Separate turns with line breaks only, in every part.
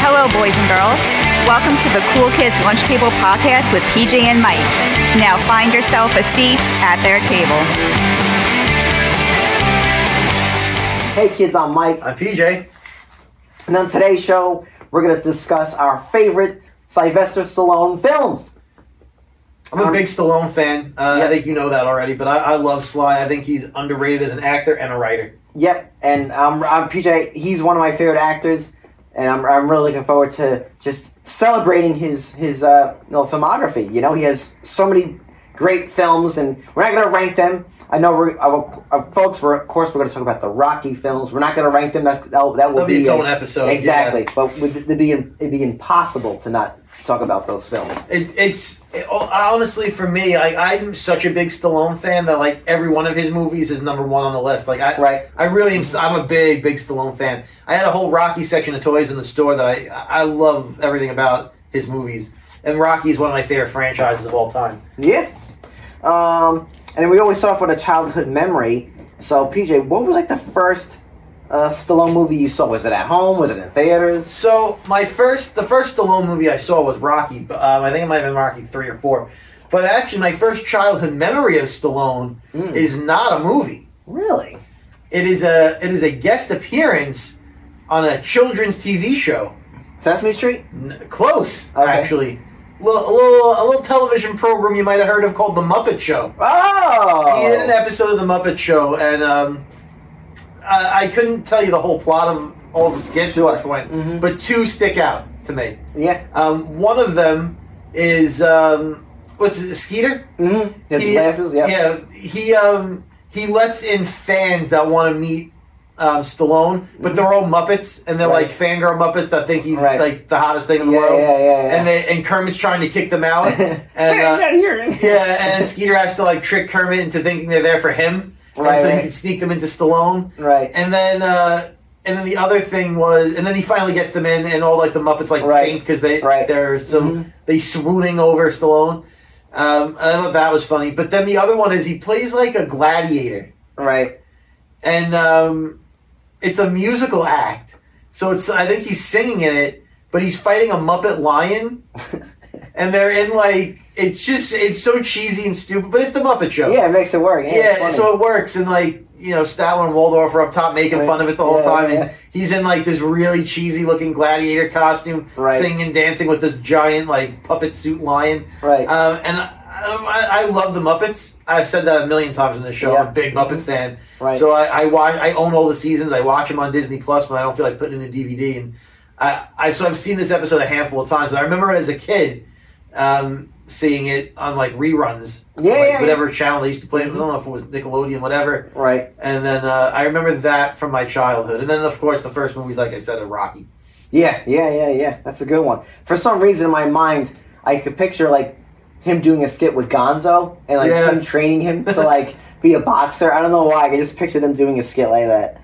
Hello, boys and girls. Welcome to the Cool Kids Lunch Table Podcast with PJ and Mike. Now find yourself a seat at their table.
Hey kids, I'm Mike,
I'm PJ.
and on today's show, we're going to discuss our favorite Sylvester Stallone films.
I'm a big Stallone fan. Uh,
Um, Yeah.
I think you know that already, but I, I love Sly. I think he's underrated as an actor and a writer.
Yep, and um, I'm PJ. He's one of my favorite actors, and I'm, I'm really looking forward to just celebrating his his uh, you know, filmography. You know, he has so many great films, and we're not going to rank them. I know, we're, uh, uh, folks. We're of course we're going to talk about the Rocky films. We're not going to rank them. That's that'll, that will
That'll be its
a-
own episode,
Exactly,
yeah.
but would- it'd be it'd be impossible to not talk about those films.
It, it's it, oh, honestly for me, I, I'm such a big Stallone fan that like every one of his movies is number one on the list. Like I,
Right.
I really, am, I'm a big, big Stallone fan. I had a whole Rocky section of toys in the store that I, I love everything about his movies. And Rocky is one of my favorite franchises of all time.
Yeah. Um, and we always start off with a childhood memory. So, PJ, what was like the first uh, Stallone movie you saw? Was it at home? Was it in theaters?
So my first, the first Stallone movie I saw was Rocky. Um, I think it might have been Rocky three or four. But actually, my first childhood memory of Stallone
Mm.
is not a movie.
Really?
It is a it is a guest appearance on a children's TV show.
Sesame Street?
N- Close,
Okay.
actually. Little, a little a little television program you might have heard of called The Muppet Show. He did
Oh!
an episode of The Muppet Show, and um, I, I couldn't tell you the whole plot of all the skits at this point,
Mhm.
but two stick out to me.
Yeah.
Um, one of them is um, what's it, Skeeter?
Mm-hmm. His
He-
glasses, yeah.
Yeah, he um, he lets in fans that want to meet um, Stallone, but they're all Muppets, and they're
Right.
like fangirl Muppets that think he's
Right.
like the hottest thing in the
Yeah,
world.
yeah, yeah, yeah.
And they and Kermit's trying to kick them out, and uh, yeah, and Skeeter has to like trick Kermit into thinking they're there for him, and
Right,
so he
right.
can sneak them into Stallone.
Right.
And then uh, and then the other thing was, and then he finally gets them in, and all like the Muppets like
Right.
faint because they
Right.
they're so
Mhm.
they swooning over Stallone. Um, and I thought that was funny. But then the other one is he plays like a gladiator,
Right.
and um, it's a musical act. So it's I think he's singing in it, but he's fighting a Muppet lion, and they're in like it's just it's so cheesy and stupid, but it's the Muppet Show.
Yeah, it makes it work. Yeah, it's
Yeah,
funny.
so it works, and like you know, Statler and Waldorf are up top making
Right.
fun of it the whole
Yeah,
time,
yeah.
and he's in like this really cheesy looking gladiator costume,
Right.
singing and dancing with this giant like puppet suit lion.
Right.
Um, and I, I, I love the Muppets. I've said that a million times on this show. I'm
Yeah. Mm-hmm.
a big Muppet fan,
right.
so I, I watch. I own all the seasons. I watch them on Disney Plus when I don't feel like putting in a DVD. And I, I so I've seen this episode a handful of times. But I remember as a kid. Um, seeing it on like reruns
yeah,
like,
yeah, yeah.
whatever channel they used to play. I don't know if it was Nickelodeon, whatever.
Right.
And then uh, I remember that from my childhood. And then, of course, the first movies, like I said, are Rocky.
Yeah, yeah, yeah, yeah. That's a good one. For some reason in my mind, I could picture like him doing a skit with Gonzo and like
Yeah.
him training him to like be a boxer. I don't know why. I could just picture them doing a skit like that.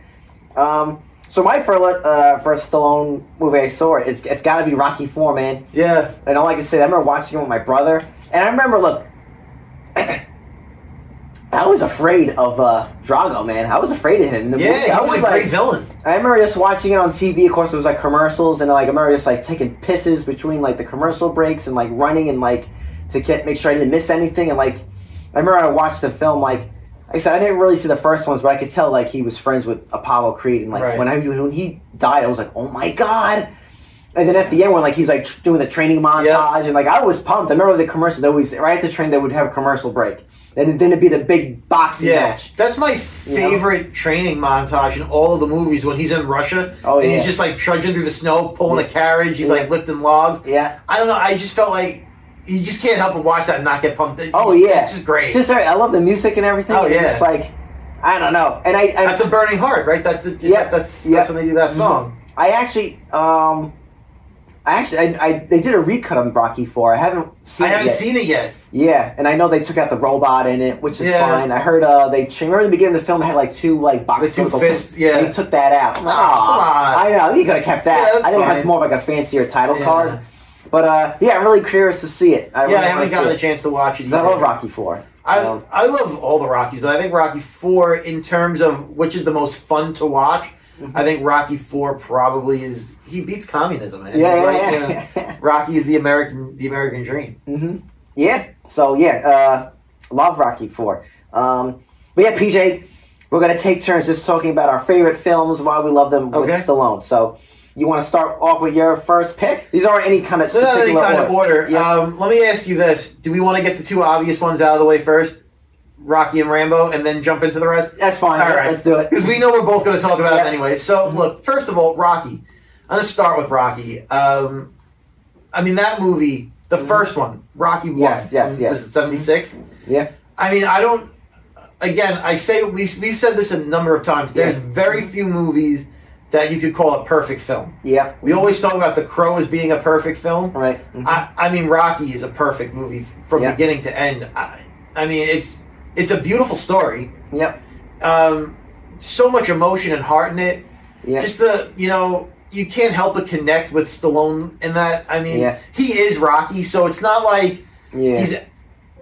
Um, so my first uh, first Stallone movie I saw it's it's got to be Rocky Four, man.
Yeah,
And all I can say, I remember watching it with my brother, and I remember look. I was afraid of uh, Drago, man. I was afraid of him. in The movie.
yeah,
I
he was a great villain.
I remember just watching it on TV. Of course, it was like commercials, and like I remember just like taking pisses between like the commercial breaks and like running and like to get, make sure I didn't miss anything. And like I remember I watched the film like, like I said I didn't really see the first ones, but I could tell like he was friends with Apollo Creed, and like
Right.
when I when he died, I was like, oh my god. And then at the end, when like he's like tr- doing the training montage, and like I was pumped. I remember the commercial. They always right at the train, they would have a commercial break. Then then it'd be the big boxing
Yeah,
match.
that's my favorite training montage in all of the movies when he's in Russia
Oh,
and
yeah.
he's just like trudging through the snow, pulling
Yeah.
a carriage, he's
Yeah.
like lifting logs.
Yeah.
I don't know, I just felt like you just can't help but watch that and not get pumped. It's
Oh
just-
yeah,
It's just great.
Just I love the music and everything.
Oh,
It's
yeah.
just like I don't know, and I I,
that's a burning heart, right? That's the
Yeah,
that's
yeah. Mm-hmm.
that's when they do that song.
I actually um, I actually I, I they did a recut on Rocky Four. I haven't seen.
I haven't
it yet.
seen it yet.
Yeah, and I know they took out the robot in it, which is
Yeah.
fine. I heard uh they ch- remember in the beginning of the film they had like two like box
The two
circle
fists,
things.
yeah.
They took that out. Aw,
Oh, come on.
I know you could have kept that.
Yeah, that's
I think it has
fine.
more of like a fancier title
Yeah.
card. But uh, yeah, I'm really curious to see it. I
Yeah, I
really
haven't gotten a chance to watch it.
I
either.
love Rocky Four.
I,
Um,
I love all the Rockies, but I think Rocky Four, in terms of which is the most fun to watch,
Mhm.
I think Rocky Four probably is he beats communism. Man.
Yeah,
Like,
yeah,
you
yeah.
know, Rocky is the American the American dream.
hmm Yeah. So yeah, uh, love Rocky Four. Um, but yeah, PJ, we're gonna take turns just talking about our favorite films, why we love them
Okay.
with Stallone. So you want to start off with your first pick? These aren't any kind of
So not any
particular
kind of order.
Yeah.
Um, let me ask you this: Do we want to get the two obvious ones out of the way first, Rocky and Rambo, and then jump into the rest?
That's fine.
All
yeah,
right.
Let's do it.
because we know we're both going to talk about
Yeah.
it anyway. So, look, first of all, Rocky. I'm going to start with Rocky. Um, I mean, that movie, the first one, Rocky One.
Mm-hmm. Yes, yes, yes.
Was it 76?
Yeah.
I mean, I don't. Again, I say we've, we've said this a number of times. There's
Yeah.
very few movies that you could call a perfect film.
Yeah.
We always talk about The Crow as being a perfect film.
Right. Mhm.
I, I mean, Rocky is a perfect movie f- from
Yeah.
beginning to end. I, I mean, it's it's a beautiful story
Yep.
um, so much emotion and heart in it.
Yeah.
Just the you know you can't help but connect with Stallone in that. I mean,
Yeah.
he is Rocky, so it's not like
yeah.
he's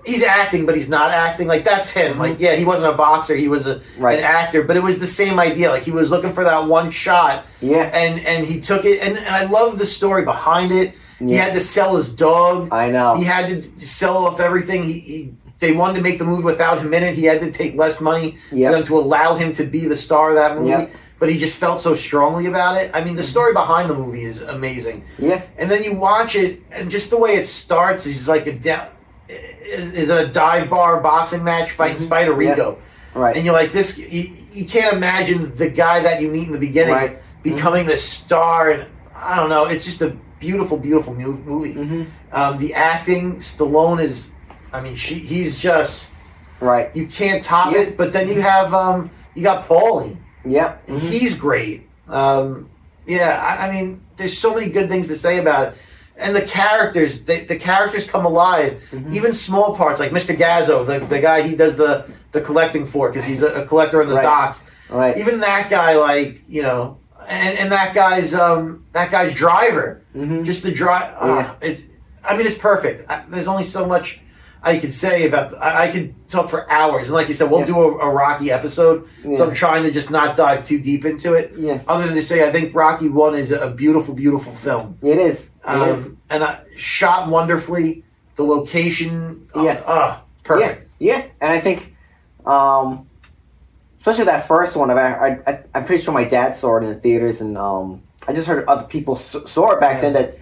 he's acting, but he's not acting. Like that's him.
Mhm.
Like yeah, he wasn't a boxer; he was a,
Right.
an actor. But it was the same idea. Like he was looking for that one shot,
yeah.
and and he took it. And, and I love the story behind it. He
Yeah.
had to sell his dog.
I know.
He had to sell off everything. He, he they wanted to make the movie without him in it. He had to take less money
Yep.
for them to allow him to be the star of that movie.
Yep.
But he just felt so strongly about it. I mean,
Mm-hmm.
the story behind the movie is amazing.
Yeah.
And then you watch it, and just the way it starts is like a down. Is is a dive bar boxing match fighting Spider Rico,
Mm-hmm. Right.
and you're like this. You, you can't imagine the guy that you meet in the beginning
Right. Mm-hmm.
becoming the star, and I don't know. It's just a beautiful, beautiful mu- movie.
hmm
Um, the acting, Stallone is, I mean, she, he's just
Right.
you can't top
Yeah.
it. But then you have um, you got Paulie,
Yep.
and
Mhm.
he's great. Um, yeah, I, I mean, there's so many good things to say about it, and the characters, the, the characters come alive. Even small parts like Mr. Gazzo, the, the guy he does the the collecting for because he's a, a collector on the
Right.
docks.
Right.
Even that guy, like you know, and, and that guy's um, that guy's driver
Mhm.
just the dry. ah, it's. I mean, it's perfect. I, there's only so much I could say about. th- I, I could talk for hours, and like you said, we'll
Yeah.
do a, a Rocky episode.
Yeah.
So I'm trying to just not dive too deep into it.
Yeah.
Other than to say, I think Rocky One is a beautiful, beautiful film,
It is. It is.
um, and I, shot wonderfully. The location, uh,
Yeah.
uh, perfect.
Yeah, yeah, and I think, um, especially that first one, I, I, I, I'm pretty sure my dad saw it in the theaters, and um, I just heard other people s- saw it back
Yeah.
then. That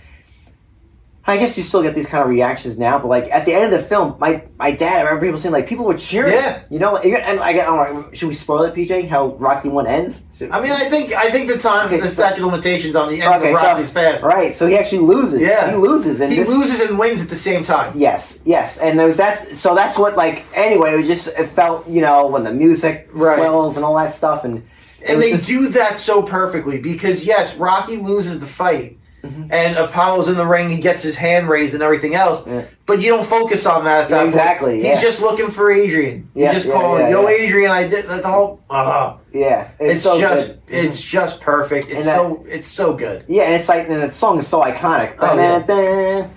I guess you still get these kind of reactions now, but like at the end of the film, my my dad, I remember people saying like people were cheering.
Yeah.
you know, and and I, get- I don't know, should we spoil it, PJ? How Rocky One ends? Should-
I mean, I think I think the time
Okay,
the
so-
statute of limitations on the end
Okay,
of
so-
Rocky's past.
right, so he actually loses.
Yeah.
he loses, and
He
this-
loses and wins at the same time.
Yes, yes, and it was that. So that's what, like, anyway, it was just it felt, you know, when the music
Right.
swells and all that stuff, and it
and
was
they
just-
do that so perfectly because yes, Rocky loses the fight,
Mm-hmm.
and Apollo's in the ring. He gets his hand raised and everything else,
Yeah.
but you don't focus on that. At that
Yeah,
point.
exactly,
He's
yeah.
just looking for Adrian.
Yeah,
He's just
yeah,
calling,
yeah,
"Yo,
yeah.
Adrian, I did the whole." Uh,
yeah,
it's
so
just,
good. Mm-hmm.
it's just perfect. It's
And that-
so, it's so good.
yeah, and it's like and the song is so iconic.
Oh, yeah.
Dun-dun-dun.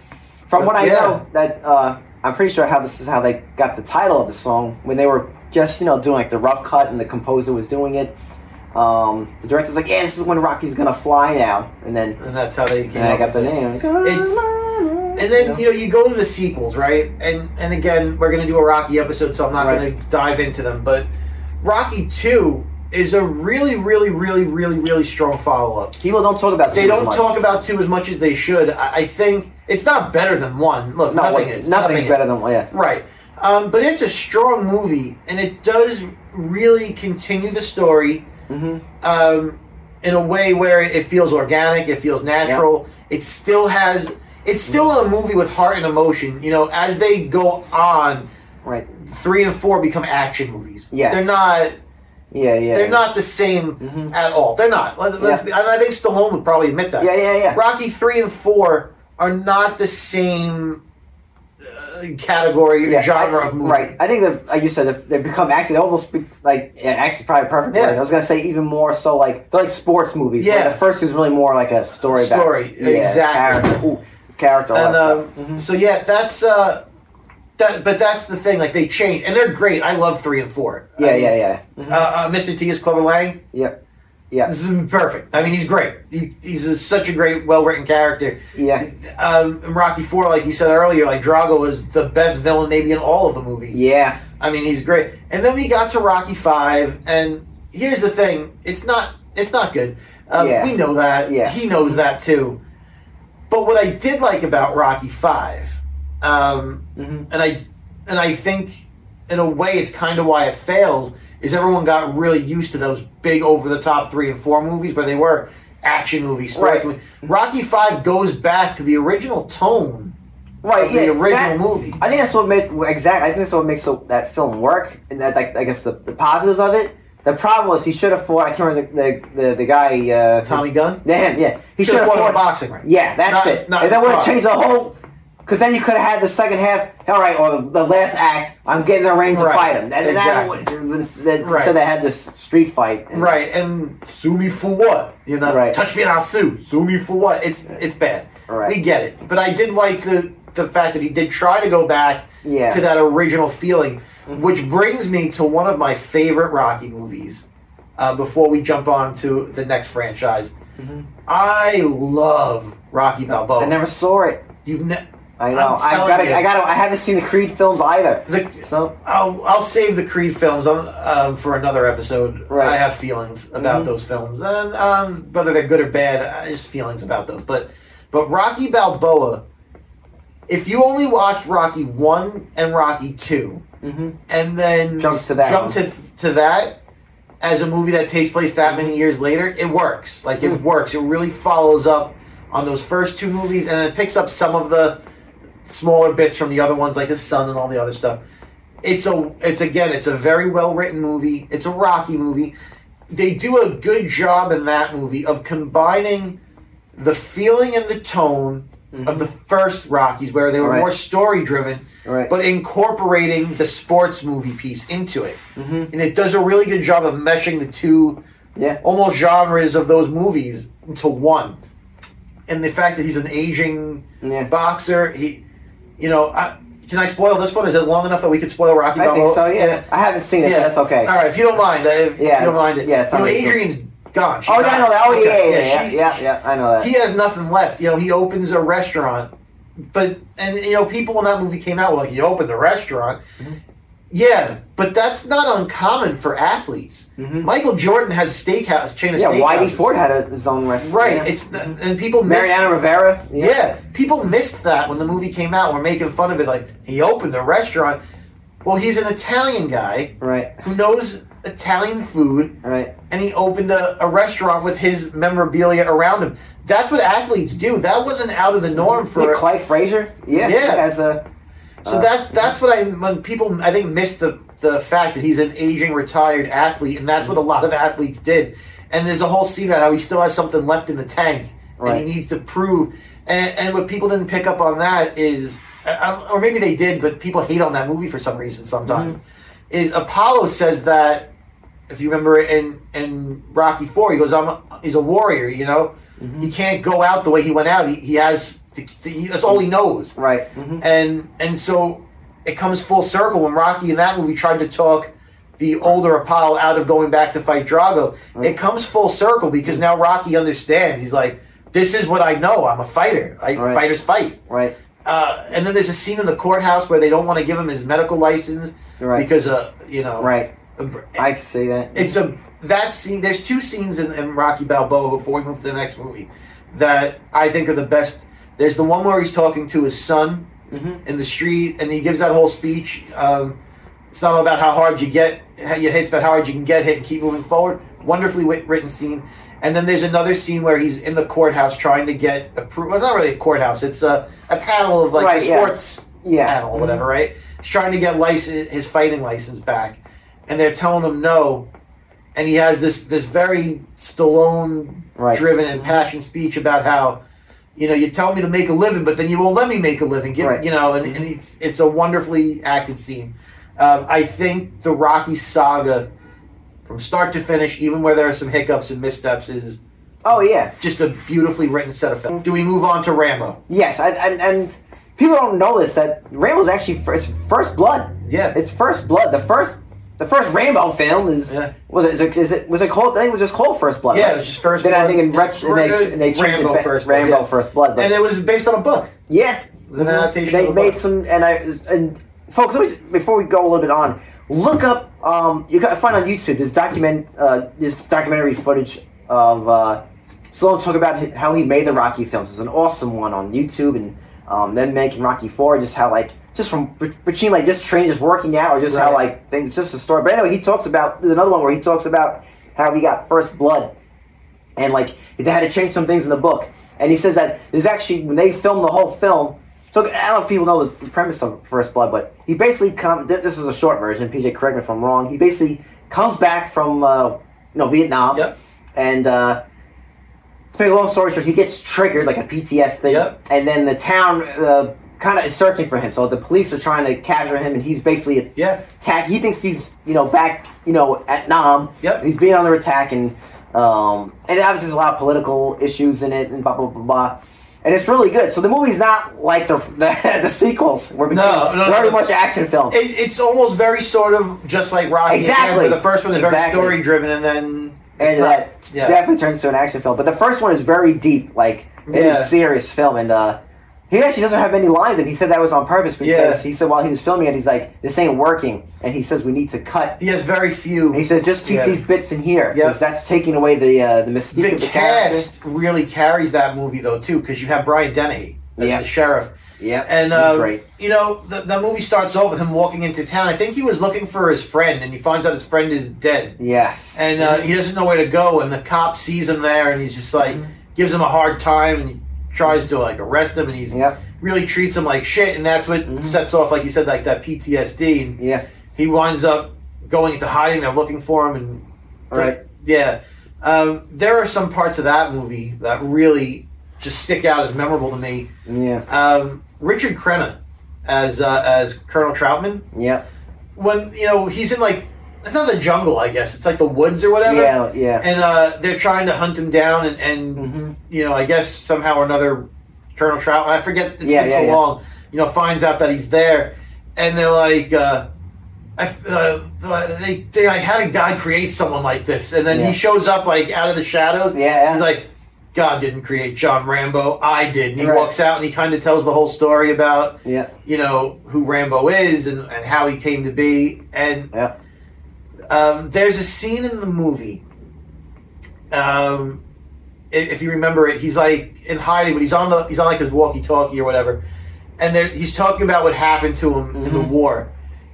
From what I
Yeah.
know, that uh, I'm pretty sure how this is how they got the title of the song when they were just you know doing like the rough cut and the composer was doing it. Um, the director was like, "Yeah, this is when Rocky's gonna fly now," and then
And that's how they. Came
and I
up
got the
with it.
name.
It's- And then you know you go to the sequels, right? And and again, we're gonna do a Rocky episode, so I'm not
Right.
gonna dive into them. But Rocky Two is a really, really, really, really, really strong follow up.
people don't talk about
They
this
don't
much.
talk about two as much as they should. I, I think it's not better than one. Look,
No,
nothing
like,
is.
Nothing's
nothing
better
is.
than yeah.
right. Um, but it's a strong movie, and it does really continue the story
Mm-hmm.
um, in a way where it feels organic, it feels natural. It still has, it's still a movie with heart and emotion. You know, as they go on,
Right.
three and four become action movies.
Yes.
they're not,
Yeah, yeah.
they're not the same
Mhm.
at all. They're not. Let's, let's
Yeah.
be, and I think Stallone would probably admit that.
Yeah, yeah, yeah.
Rocky three and four are not the same uh, category
Yeah,
genre
I-
of movie.
Right. I think that, like you said, they've, they've become actually, they almost be, like, yeah, actually, probably perfect.
Yeah.
word. I was going to say even more so, like, they're like sports movies. where
Yeah.
The first is really more like a story about-
Story,
yeah,
exactly.
Character. Ooh, character. all
and
that
um,
stuff. Mhm.
so yeah, that's uh, that. But that's the thing. Like they change, and they're great. I love three and four.
Yeah,
I mean,
yeah, yeah. Mhm.
Uh, uh, Mr. T is Clover Lang.
Yep. Yeah.
This is perfect. I mean, he's great. He, he's a, such a great, well written character.
Yeah.
Um, in Rocky Four, like you said earlier, like Drago was the best villain maybe in all of the movies.
Yeah.
I mean, he's great. And then we got to Rocky Five, and here's the thing: it's not it's not good. Um,
Yeah.
We know that.
Yeah.
He knows that too. But what I did like about Rocky Five, um,
Mhm.
and I and I think in a way it's kind of why it fails is everyone got really used to those big over the top three and four movies, but they were action movies, sports
Right.
movies. Rocky Five goes back to the original tone
Right.
of
yeah,
the original
that-
movie.
I think that's what makes exactly. I think that's what makes the, that film work, and that like I guess the, the positives of it. The problem was he should have fought. I can't remember the the, the, the guy. Uh,
Tommy Gunn
Yeah, him, yeah. He
should have fought in
fought.
a boxing ring.
Yeah, that's
Not-
it.
not
and that
the
would have
car.
changed the whole. Because then you could have had the second half. All right, or the, the last act. I'm getting the ring to
Right,
fight him. And
exactly.
that, would- that,
Right.
So they had this street fight. And-
Right, and sue me for what? You know,
Right.
touch me and I'll sue. Sue me for what? It's it's bad.
Right.
We get it, but I did like the the fact that he did try to go back
Yeah.
to that original feeling, which brings me to one of my favorite Rocky movies. Uh, before we jump on to the next franchise, I love Rocky Balboa.
I never saw it.
You've ne-
I
I'm
know. I
telling
got.
you.
I got. I haven't seen the Creed films either.
the,
So
I'll, I'll save the Creed films um, um, for another episode.
Right.
I have feelings about
Mhm.
those films, and um, whether they're good or bad, I just feelings about those. But but Rocky Balboa, if you only watched Rocky one and Rocky two,
hmm
and then
Jump to that
jump
one.
to, to that as a movie that takes place that many years later, it works. Like it
Mm.
works. It really follows up on those first two movies, and it picks up some of the smaller bits from the other ones, like his son and all the other stuff. It's a, it's again, it's a very well written movie. It's a Rocky movie. They do a good job in that movie of combining the feeling and the tone of the first Rockies, where they were
Mm-hmm. Right.
more story driven
right.
but incorporating the sports movie piece into it.
Mhm.
And it does a really good job of meshing the two
yeah.
almost genres of those movies into one. And the fact that he's an aging
Yeah.
boxer, he, you know, I, can I spoil this one? Is it long enough that we could spoil Rocky
I think
Balboa?
so. Yeah. I haven't seen it. but That's okay.
All right, if you don't mind, uh, if
Yeah,
you don't
it's-
mind it.
yeah, it's
you know,
not a big deal.
Adrian's gone. She's
Oh yeah, I know
not-
that. Oh
okay,
yeah, yeah, yeah,
she-
yeah, yeah, I know that.
he has nothing left. You know, he opens a restaurant, but and you know, people when that movie came out, well, he opened a restaurant.
Mm-hmm.
Yeah, but that's not uncommon for athletes.
Mhm.
Michael Jordan has a steakhouse chain of
yeah,
steakhouses.
Whitey Ford had a his own restaurant.
Right.
Yeah.
It's th- and people missed.
Mariana Rivera.
yeah. people missed that when the movie came out. We're making fun of it, like he opened a restaurant. Well, he's an Italian guy
Right.
who knows Italian food
Right.
and he opened a, a restaurant with his memorabilia around him. That's what athletes do. That wasn't out of the norm for
yeah, Clyde Frazier. Yeah. he
Yeah.
Has a.
so
uh,
that's that's what I when people I think miss the the fact that he's an aging retired athlete, and that's what a
Mm-hmm.
lot of athletes did. And there's a whole scene about how he still has something left in the tank,
Right.
and he needs to prove. And, and what people didn't pick up on that is, uh, or maybe they did, but people hate on that movie for some reason. Sometimes
Mm-hmm.
is Apollo says that if you remember it in in Rocky Four, he goes, "I'm a, he's a warrior," you know.
Mm-hmm.
He can't go out the way he went out. He, he has to, he, that's all he knows
Right. hmm
and and so it comes full circle when Rocky in that movie tried to talk the older Apollo out of going back to fight Drago. It comes full circle because now Rocky understands. He's like, "This is what I know. I'm a fighter. I,
Right.
Fighters fight."
Right.
Uh, and then there's a scene in the courthouse where they don't want to give him his medical license
Right.
because, uh, you know,
Right.
a-
I can see that.
it's a that scene. There's two scenes in, in Rocky Balboa before we move to the next movie that I think are the best. There's the one where he's talking to his son
Mhm.
in the street, and he gives that whole speech. Um, it's not all about how hard you get how you hit, it's about how hard you can get hit and keep moving forward. Wonderfully wit- written scene. And then there's another scene where he's in the courthouse trying to get approved. Well, it's not really a courthouse. It's a, a panel of like
Right, yeah.
sports
Yeah. Mm-hmm.
panel or whatever, right? He's trying to get license, his fighting license back, and they're telling him no. And he has this this very Stallone
Right.
driven and passionate speech about how, you know, you tell me to make a living, but then you won't let me make a living. Give,
Right.
You know, and, and it's, it's a wonderfully acted scene. Um, I think the Rocky saga, from start to finish, even where there are some hiccups and missteps, is
Oh yeah.
just a beautifully written set of films. Do we move on to Rambo?
Yes. I, and and people don't know this that Rambo's actually first first blood.
Yeah.
It's first blood. The first. the the first Rainbow film is
Yeah.
was it is, it is it was it called? I think it was just called First Blood.
Yeah,
right?
it was just First
then
Blood.
I think in ret-
Or,
and
uh,
they, and they changed
Rambo
it back,
First Blood,
Rambo
yeah.
First Blood. But
and it was based on a book.
yeah,
was an adaptation
They
of a
made
book.
some, and I and folks, let me just, before we go a little bit on, look up. Um, you can find on YouTube this document, uh, this documentary footage of uh, Sloan talk about hi- how he made the Rocky films. It's an awesome one on YouTube, and um, then making Rocky Four, just how like just from be- between like just training, just working out, or just how
Right.
like things, just a story. But anyway, he talks about there's another one where he talks about how he got first blood and like they had to change some things in the book. And he says that there's actually when they filmed the whole film. So I don't know if people know the premise of First Blood, but he basically come. th- This is a short version. PJ, correct me if I'm wrong. He basically comes back from uh, you know Vietnam,
Yep.
and uh, to make a long story short, he gets triggered like a PTS thing,
Yep.
and then the town uh, kind of is searching for him. So the police are trying to capture him, and he's basically
Yeah.
attack. He thinks he's you know back you know at Nam.
Yep.
And he's being under attack, and um, and obviously there's a lot of political issues in it, and blah blah blah blah. And it's really good. So the movie's not like the the, the sequels. We're
No, no, no,
very
no.
much action films.
It, it's almost very sort of just like Rocky. again,
Exactly.
where the first one is
Exactly.
very story driven, and then
and that
yeah.
definitely turns to an action film. But the first one is very deep, like it is
Yeah.
a serious film, and uh, he actually doesn't have many lines, and he said that was on purpose because
Yeah.
he said while he was filming it, he's like, "This ain't working," and he says, "We need to cut."
he has very few.
And he says, "Just keep
Yeah.
these bits in here
Yeah.
because that's taking away the uh, the mystique
the
of the character."
cast really carries that movie though too, because you have Brian Dennehy as
Yeah.
the sheriff,
Yeah,
and
he's
uh,
great.
you know the, the movie starts off with him walking into town. I think he was looking for his friend, and he finds out his friend is dead.
Yes,
and uh, he doesn't know where to go. And the cop sees him there, and he's just
Mm-hmm.
like gives him a hard time and tries to like arrest him, and he's
Yep.
really treats him like shit. And that's what
Mm-hmm.
sets off, like you said, like that PTSD. And
yeah,
he winds up going into hiding. They're looking for him, and
right.
yeah, um, there are some parts of that movie that really just stick out as memorable to me.
Yeah,
Um, Richard Crenna as uh, as Colonel Troutman
yeah,
when you know he's in like it's not the jungle, I guess it's like the woods or whatever
yeah, yeah.
and uh, they're trying to hunt him down, and, and
Mhm.
you know, I guess somehow or another, Colonel Trout. I forget. It's
Yeah,
been
yeah,
so
yeah.
long. You know, finds out that he's there, and they're like, uh, I f uh, they they like, how did God create someone like this? And then
Yeah.
he shows up like out of the shadows.
Yeah, yeah.
he's like. God didn't create John Rambo. I did. And he
Right.
walks out and he kind of tells the whole story about,
yeah,
you know, who Rambo is and, and how he came to be. And
yeah.
um, there's a scene in the movie. Um, i- if you remember it, he's like in hiding, but he's on the he's on like his walkie-talkie or whatever, and there, he's talking about what happened to him in the
Mhm.
war,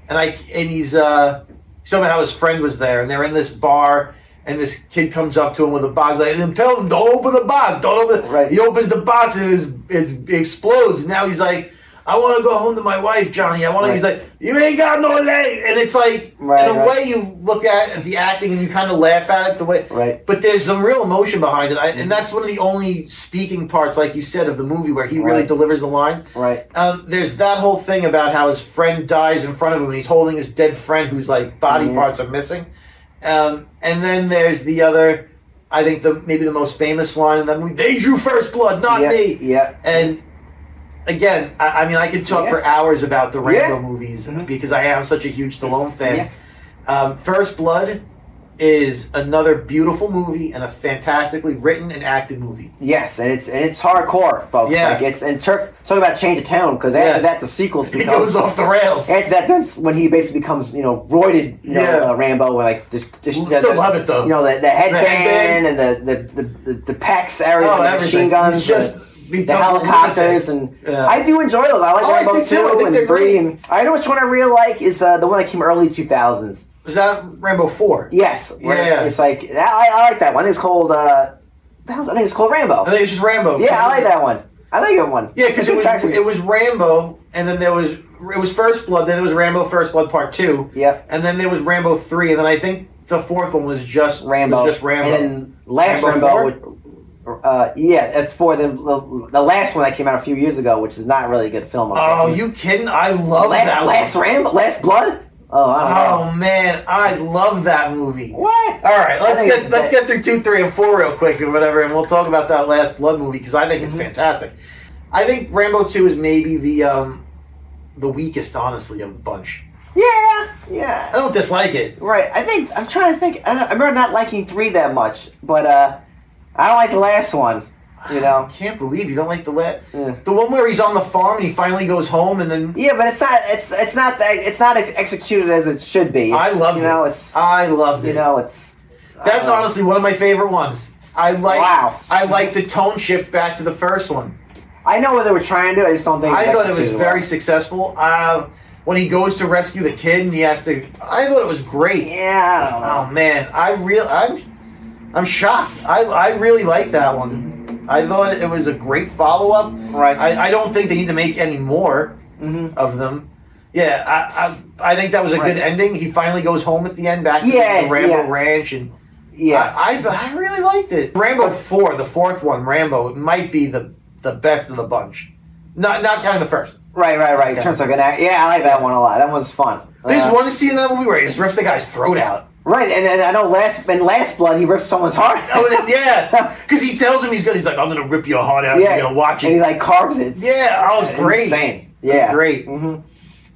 and I and he's uh, he's talking about how his friend was there, and they're in this bar. And this kid comes up to him with a box, like, and tell him, don't open the box, don't open. it."
Right.
He opens the box and it's, it's, it explodes. And now he's like, I want to go home to my wife, Johnny. I want to. He's
Right.
like, you ain't got no leg. And it's like,
Right,
in a
right.
way, you look at the acting and you kind of laugh at it the way
Right. Mm-hmm.
but there's some real emotion behind it I, and that's one of the only speaking parts like you said of the movie where he really
Right.
delivers the lines
Right.
um, there's that whole thing about how his friend dies in front of him and he's holding his dead friend whose like body
Yeah.
parts are missing um, and then there's the other i think the maybe the most famous line in that movie they drew first blood not
yeah,
me
Yeah,
and again, I, I mean, I could talk
Yeah.
for hours about the Rambo
Yeah. Mm-hmm.
movies because I am such a huge Stallone fan. Um, First Blood is another beautiful movie and a fantastically written and acted movie.
Yes, and it's and it's hardcore, folks.
Yeah.
Like it's and Turk talk about change of tone because
Yeah.
after that the sequels
It
become
goes off the rails.
after that that's when he basically becomes you know roided you know,
Yeah.
uh, Rambo where like just, just
Still
the, the-
love it, though.
you know the, the headband
headband.
and the the, the, the, the pecs area
Oh,
the
everything.
machine guns
He's just
the-
becomes
the
a
helicopters and
Yeah. Oh,
I do enjoy those I like
I like
Rambo
them, too. I
two
think
and
they're
three
great.
and I know which one I really like is uh, the one that came early two thousands
Was that Rambo Four?
yes where
Yeah.
it's like I, I like that one it's called uh, the hell's- I think it's called Rambo
I think it's just Rambo.
yeah, I like that one. I like that one.
Yeah, because it was
Actually-
it was Rambo, and then there was it was First Blood. Then there was Rambo First Blood Part Two.
Yeah.
and then there was Rambo Three, and then I think the fourth one was just
Rambo.
Was just Rambo.
And then last
Rambo
Rambo, would, uh, yeah, that's for the, the the last one that came out a few years ago, which is not really a good film.
Oh,
unfortunately.
you kidding? I love
La-
that.
last
one.
Rambo, Last Blood. Oh, I don't know.
Oh man, I love that movie.
What?
All right,
I
let's
think
get
it's
let's
bad.
get through two, three, and four real quick or whatever, and we'll talk about that Last Blood movie because I think
Mm-hmm.
it's fantastic. I think Rambo Two is maybe the um, the weakest, honestly, of the bunch.
Yeah, yeah.
I don't dislike it.
Right. I think I'm trying to think. I, don't, I remember not liking three that much, but uh, I don't like the last one. You
I
know.
can't believe you don't like the let
Yeah.
the one where he's on the farm and he finally goes home and then
Yeah, but it's not. It's it's not. that- It's not ex- executed as it should be.
I
It's,
loved
you know,
it.
It's
I loved
you
it.
know. It's
That's
uh,
honestly one of my favorite ones. I like
Wow.
I like the tone shift back to the first one.
I know what they were trying to. do, I just don't think.
I
it's
thought it was
executed
very
well.
successful. Um, when he goes to rescue the kid and he has to, I thought it was great.
Yeah, I don't know.
Oh man, I real I'm I'm shocked. I I really like that one. I thought it was a great follow up.
Right.
I, I don't think they need to make any more
Mhm.
of them. Yeah, I, I I think that was a
Right.
good ending. He finally goes home at the end, back to
Yeah,
the Rambo
yeah.
Ranch, and
Yeah.
I, I th- I really liked it. Rambo Four, the fourth one, Rambo might be the the best of the bunch. Not not counting the first.
right. Right. Right. It turns out good. act- Yeah, I like that one a lot. That one's fun.
There's
Uh,
one scene in that movie where he just rips the guy's throat out.
Right, and, and I know last in last blood he ripped someone's heart. out.
Oh, yeah, because he tells him he's gonna. He's like, I'm gonna rip your heart out. You're gonna watch
And he
it.
like carves it. It's
Yeah, that was great.
Insane. Yeah.
Great.
hmm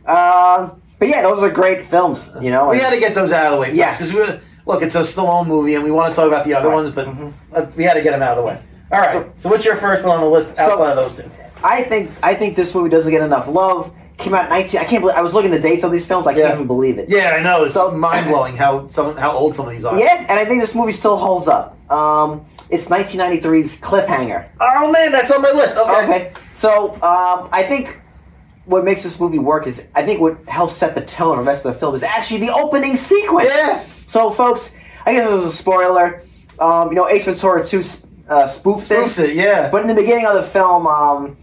Um, but yeah, those are great films. You know.
We
and-
had to get those out of the way first.
Yes.
'cause we were- look, it's a Stallone movie, and we want to talk about the other
Right. Mm-hmm.
ones, but let's- we had to get them out of the way. All right. So, what's your first one on the list
So-
outside of those two?
I think I think this movie doesn't get enough love. Came out in nineteen. I can't believe I was looking at the dates of these films. I
Yeah.
can't even believe it.
Yeah, I know. It's
So-
mind blowing how some how old some of these are.
Yeah, and I think this movie still holds up. Um, it's 1993's Cliffhanger.
Oh man, that's on my list. Okay.
Okay. So um, I think what makes this movie work is I think what helps set the tone of the rest of the film is actually the opening sequence.
Yeah.
So folks, I guess this is a spoiler. Um, you know, Ace Ventura 2 uh, spoofed
Proves
this,
it. Yeah.
but in the beginning of the film, um,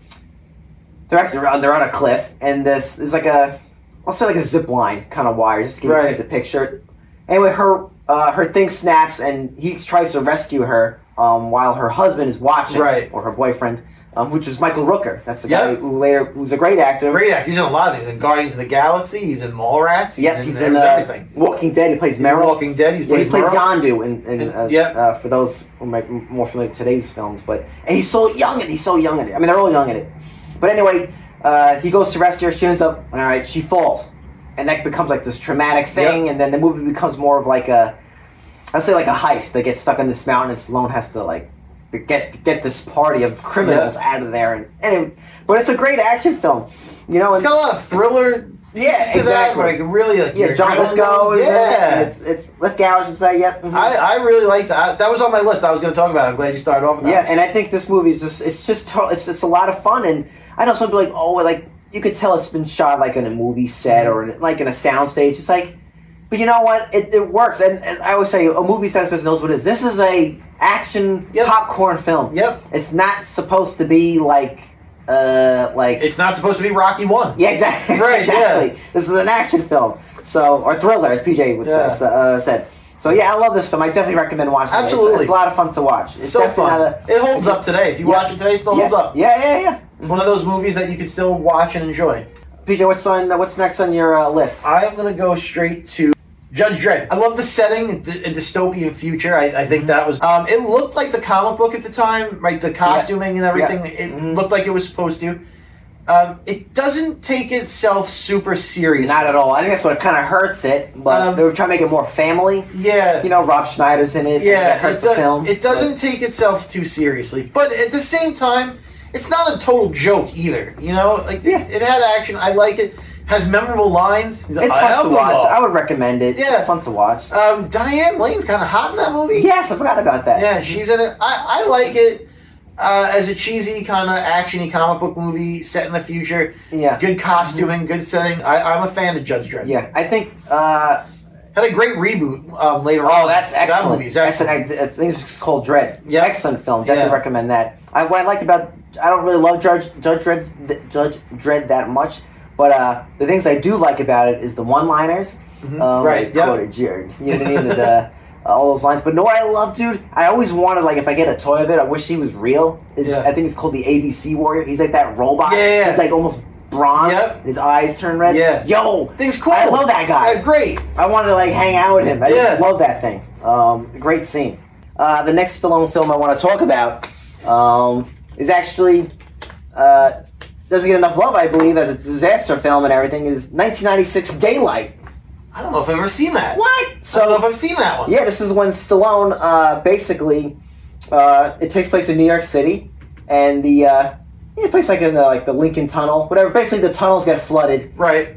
they're actually on, they're on a cliff, and this there's like a I'll say like a zip line kind of wire, just to give
Right.
you the picture. Anyway, her uh, her thing snaps, and he tries to rescue her um, while her husband is watching,
Right.
or her boyfriend, um, which is Michael Rooker. That's the guy
Yep.
who later who's a great actor.
great actor. He's in a lot of things. He's in Guardians of the Galaxy. He's in Mallrats. He's
Yep,
in,
he's in
every-
uh,
everything.
Walking Dead. He plays
He's in
Merrill.
Walking Dead. He's
Yeah, he
played
plays
Merle.
Yondu in, in
And-
uh,
yep.
uh, for those who might be more familiar with today's films, but and he's so young and he's so young in it. I mean, they're all young in it. But anyway, uh, he goes to rescue her. She ends up all right. She falls, and that becomes like this traumatic thing.
Yep.
And then the movie becomes more of like a, I'd say like a heist. They get stuck on this mountain, and Stallone has to like get get this party of criminals
Yep.
out of there. And anyway, but it's a great action film, you know.
It's
And,
got a lot of thriller.
Yeah,
pieces to
exactly.
That, like really, like
yeah,
your
John
adrenaline.
Lithgow. is in it, and
Yeah.
it's it's Lithgow. I should say. Yep. mhm.
I, I really like that. That was on my list. I was going to talk about. it. I'm glad you started off with that.
Yeah, and I think this movie is just it's just to- it's just a lot of fun, and I know some people are like oh like you could tell it's been shot like in a movie set or in, like in a soundstage. It's like, but you know what? It, it works, and, and I always say a movie set person knows what it is. This is a action
Yep.
popcorn film.
Yep.
It's not supposed to be like uh like
It's not supposed to be Rocky One.
yeah exactly
Right, yeah.
exactly. This is an action film, so or thriller as PJ would
Yeah.
say, uh, said. So yeah, I love this film. I definitely recommend watching. it. It's- it's,
Absolutely.
a lot of fun to watch. It's
It's so
definitely
fun.
not a-
it holds up today. If you
Yeah.
watch it today, it still
yeah.
holds up.
Yeah, yeah, yeah.
It's one of those movies that you can still watch and enjoy.
PJ, what's on? What's next on your uh, list?
I'm gonna go straight to Judge Dredd. I love the setting, the, a dystopian future. I, I
Mm-hmm.
think that was. Um, it looked like the comic book at the time, right? The costuming and everything. It
Mhm.
looked like it was supposed to. Um, it doesn't take itself super serious.
Not at all. I think that's what kind of hurts it, but
Um,
they were trying to make it more family.
yeah.
You know, Rob Schneider's in it.
yeah,
that hurts
it,
the
do-
film.
it doesn't take itself too seriously, but at the same time, it's not a total joke either. You know, like
Yeah.
it, it had action. I like it. Has memorable lines.
But it's fun to watch. I would recommend it.
Yeah.
it's fun to watch.
um, Diane Lane's kind of hot in that movie.
Yes, I forgot about that.
Yeah, she's in it. I, I like it uh, as a cheesy kind of actiony comic book movie set in the future.
Yeah.
Good costuming, good setting. I, I'm a fan of Judge Dredd.
Yeah, I think. Uh,
Had a great reboot um, later
oh,
on.
that's excellent.
That movie's excellent.
That's an- I think it's called Dread.
Yeah.
excellent film. Definitely
Yeah.
recommend that. I, what I liked about I don't really love Judge Judge Dredd th- Judge Dredd that much, but uh, the things I do like about it is the one-liners. Um,
Mm-hmm. Right,
like,
yeah.
Quoted Jared. You know what I mean? The- the- all those lines. But know what I love, dude? I always wanted like if I get a toy of it, I wish he was real. Is
Yeah.
I think it's called the ABC Warrior. He's like that robot.
Yeah, yeah, yeah.
He's like almost bronze.
Yep.
and His eyes turn red.
Yeah.
Yo,
Thing's cool.
I love that guy.
That's great.
I wanted to like hang out with him. I
Yeah.
just love that thing. Um, great scene. Uh, the next Stallone film I want to talk about um, is actually uh, doesn't get enough love, I believe, as a disaster film and everything, is 1996 Daylight.
I don't know if I've ever seen that.
What?
I don't know if
So,
I've seen that one.
yeah, this is when Stallone uh, basically uh, it takes place in New York City, and the uh, yeah, place like in the like the Lincoln Tunnel, whatever. Basically, the tunnels get flooded,
Right.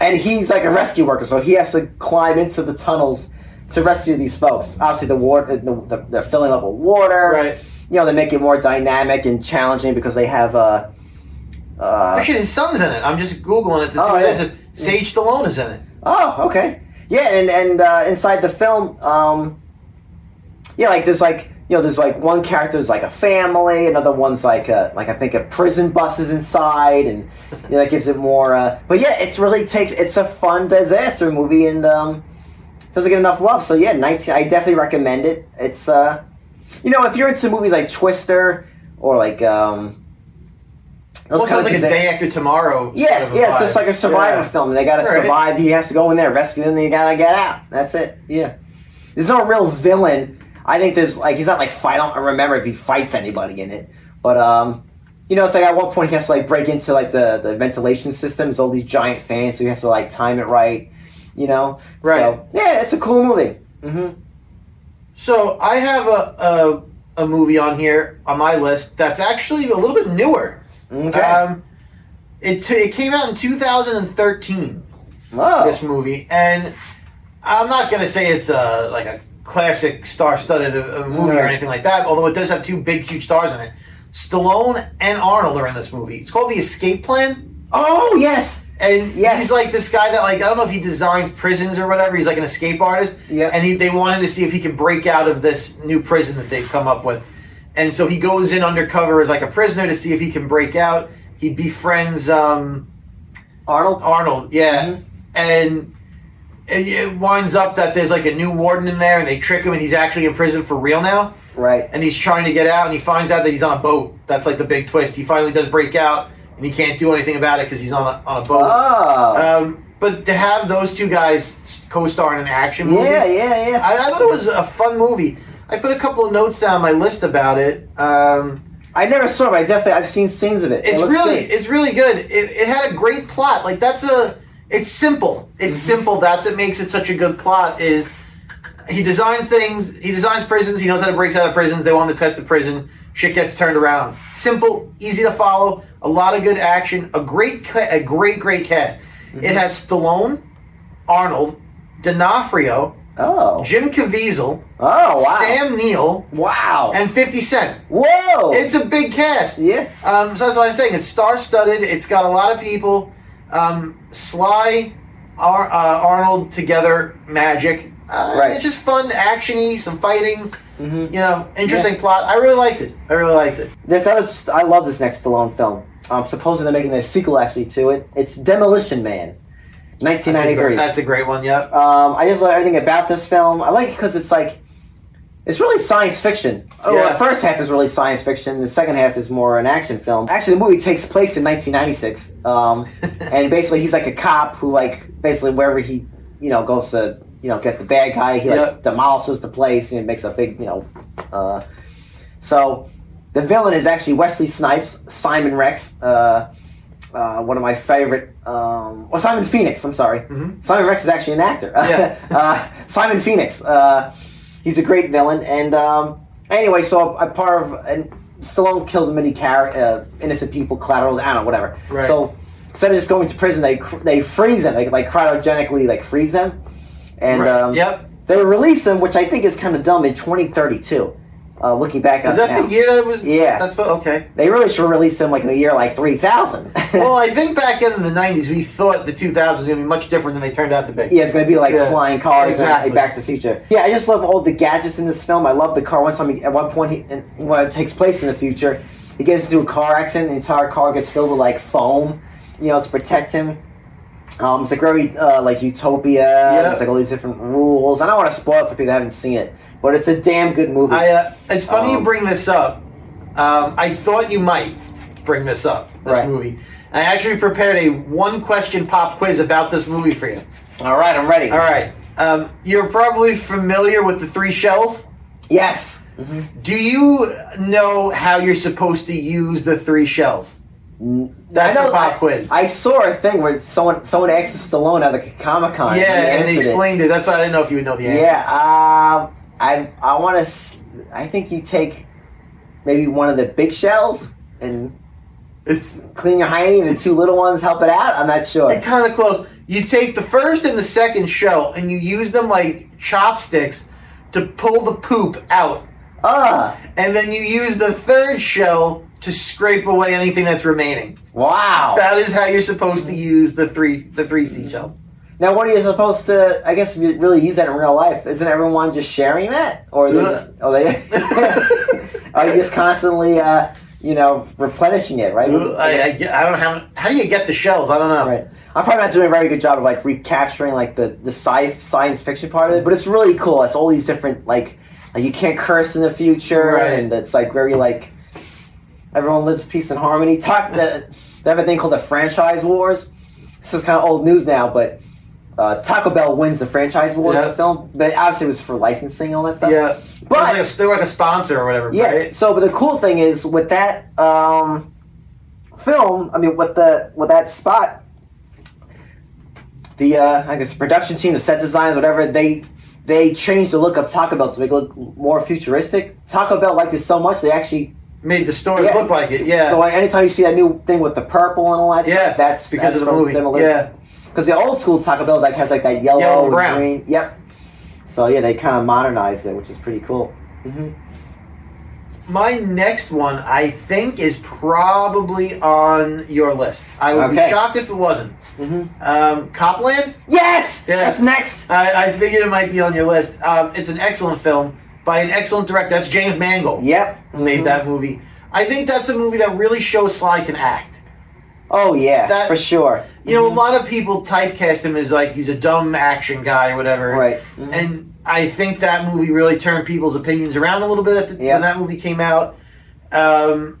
and he's like a rescue worker, so he has to climb into the tunnels to rescue these folks. Obviously, the water, the, the, they're filling up with water.
Right.
You know, they make it more dynamic and challenging because they have uh, uh,
Actually, his son's in it. I'm just googling it to see
Oh,
what
yeah.
it is. Sage Stallone is in it.
Oh, okay. Yeah, and and uh, inside the film, um, yeah, like there's like you know there's like one character's like a family, another one's like a like I think a prison bus is inside, and you know, that gives it more. Uh, but yeah, it really takes. It's a fun disaster movie, and um, doesn't get enough love. So yeah, nineteen. I definitely recommend it. It's uh, you know if you're into movies like Twister or like um. those
Well,
kind
it sounds
of
like a
disa-
day after tomorrow.
yeah,
sort of
yeah, it's
vibe.
just like a survival
Yeah.
film. They gotta
All right.
survive. He has to go in there, rescue them. They gotta get out. That's it. Yeah, there's no real villain. I think there's like he's not like fight. I don't remember if he fights anybody in it, but um, you know, it's like at one point he has to like break into like the the ventilation systems, all these giant fans, so he has to like time it right. You know,
Right.
So, yeah, it's a cool movie. Mm-hmm.
So I have a, a a movie on here on my list that's actually a little bit newer.
Okay.
Um, it t- it came out in 2013.
Whoa.
This movie, and I'm not gonna say it's a like a classic star-studded uh, uh, movie
No.
or anything like that. Although it does have two big, huge stars in it. Stallone and Arnold are in this movie. It's called The Escape Plan.
oh yes.
And
Yes.
he's like this guy that like I don't know if he designs prisons or whatever. He's like an escape artist.
Yeah.
And he, they wanted to see if he could break out of this new prison that they've come up with. And so he goes in undercover as like a prisoner to see if he can break out. He befriends um,
Arnold.
Arnold, yeah,
Mhm.
and it, it winds up that there's like a new warden in there, and they trick him, and he's actually in prison for real now
Right.
and he's trying to get out and he finds out that he's on a boat that's like the big twist he finally does break out and he can't do anything about it because he's on a, on a boat
Oh.
um, but to have those two guys s- co-star in an action movie
yeah. Yeah. Yeah.
I, I thought it was a fun movie i put a couple of notes down on my list about it um,
I never saw it. But I definitely I've seen scenes of it. It
it's
looks
really
good.
it's really good it, it had a great plot like that's a it's simple it's
Mm-hmm.
simple that's what makes it such a good plot is he designs things he designs prisons he knows how to break out of prisons they want him to test the prison shit gets turned around simple easy to follow a lot of good action a great ca- a great great cast
Mm-hmm.
it has stallone arnold d'onofrio
Oh.
jim caviezel
Oh wow!
sam neill
wow!
and 50 cent
Whoa!
it's a big cast
yeah.
um, so that's what I'm saying. It's star-studded. It's got a lot of people. Um, Sly, Ar- uh, Arnold together, magic. Uh,
Right.
It's just fun, actiony, some fighting.
Mhm.
You know, interesting plot. I really liked it. I really liked it.
This other, st- I love this next Stallone film. I'm supposed they're making a sequel actually to it. It's Demolition Man,
That's a, great,
1993.
that's a great one. Yep.
um, I just love everything about this film. I like it because it's like, it's really science fiction. Oh,
Yeah.
the first half is really science fiction. The second half is more an action film. Actually, the movie takes place in 1996, um, and basically he's like a cop who like basically wherever he you know goes to you know get the bad guy, he like
Yep.
demolishes the place and makes a big you know. Uh, so the villain is actually Wesley Snipes, Simon Rex. Uh, uh, one of my favorite, um, well, Simon Phoenix. I'm sorry,
Mhm.
Simon Rex is actually an actor.
Yeah.
uh, Simon Phoenix. Uh, he's a great villain. And um, anyway, so a, a part of and Stallone killed many char- uh, innocent people, collateral, I don't know, whatever.
Right.
So instead of just going to prison, they cr- they freeze them, they like cryogenically like freeze them, and
Right.
um,
yep.
they release them, which I think is kind of dumb in 2032. Uh, looking back on
Is that
now.
the year that it was?
Yeah.
That's what. Okay.
They really should release them like in the year like 3000.
well, I think back in the '90s, we thought the 2000s was going to be much different than they turned out to be.
Yeah, it's going to be like
Yeah.
flying cars
Exactly.
and like, Back to the Future. Yeah, I just love all the gadgets in this film. I love the car. Once time, at one point, he, and when it takes place in the future, he gets into a car accident. The entire car gets filled with like foam, you know, to protect him. Um, it's like very uh, like utopia.
Yeah.
It's like all these different rules. I don't want to spoil it for people that haven't seen it, but it's a damn good movie.
I, uh, it's funny
Um,
you bring this up. Um, I thought you might bring this up, this
Right.
movie. I actually prepared a one question pop quiz about this movie for you.
all right, I'm ready.
All right. Um, you're probably familiar with the three shells.
Yes.
Do you know how you're supposed to use the three shells? That's
I know-
the pop quiz.
I saw a thing where someone someone asked Stallone at the Comic Con.
yeah, and they explained it. That's why I didn't know if you would know the answer.
Yeah, um, I I want to. I think you take maybe one of the big shells and
It's
clean your hiney, and the two little ones help it out. I'm not sure.
kind of close. You take the first and the second shell and you use them like chopsticks to pull the poop out.
Ugh!
And then you use the third shell to scrape away anything that's remaining.
Wow.
That is how you're supposed to use the three the three seashells.
Now, what are you supposed to? I guess if you really use that in real life, isn't everyone just sharing that, or they just, are they? are you just constantly, uh, you know, replenishing it? Right.
Ugh, I, I, get- I don't have. How do you get the shells? I don't know.
Right. I'm probably not doing a very good job of like recapturing like the the sci science fiction part of it, but it's really cool. It's all these different like like you can't curse in the future,
Right.
and it's like very like everyone lives peace and harmony. Talk the they have a thing called the franchise wars. This is kind of old news now, but uh, Taco Bell wins the franchise war in
Yeah.
the film, but obviously it was for licensing and all that stuff.
Yeah, but
But-
like a, they were like a sponsor or whatever.
Yeah.
Right?
So, but the cool thing is with that um, film, I mean, with the with that spot, the uh, I guess production team, the set designs, whatever they they changed the look of Taco Bell to make it look more futuristic. Taco Bell liked it so much they actually.
made the stores
Yeah.
look like it. Yeah,
So like, anytime you see that new thing with the purple and all that,
yeah,
stuff, that's
because
that's
of the
from
movie.
Demolition.
Yeah,
Because the old school Taco Bell's like has like that yellow,
Yellow and
and
brown.
green. Yep. So yeah, they kind of modernized it, which is pretty cool. Mm-hmm.
my next one I think is probably on your list. I would be
Okay.
shocked if it wasn't.
Mm-hmm.
Um, Copland.
Yes.
Yeah.
That's next.
I, I figured it might be on your list. Um, it's an excellent film by an excellent director. That's James Mangold.
Yep.
who made that movie. I think that's a movie that really shows Sly can act.
Oh yeah,
Mm-hmm. That-
for sure.
You know, a lot of people typecast him as like he's a dumb action guy or whatever.
Right. Mhm.
And I think that movie really turned people's opinions around a little bit at the,
Yeah.
when that movie came out. Um,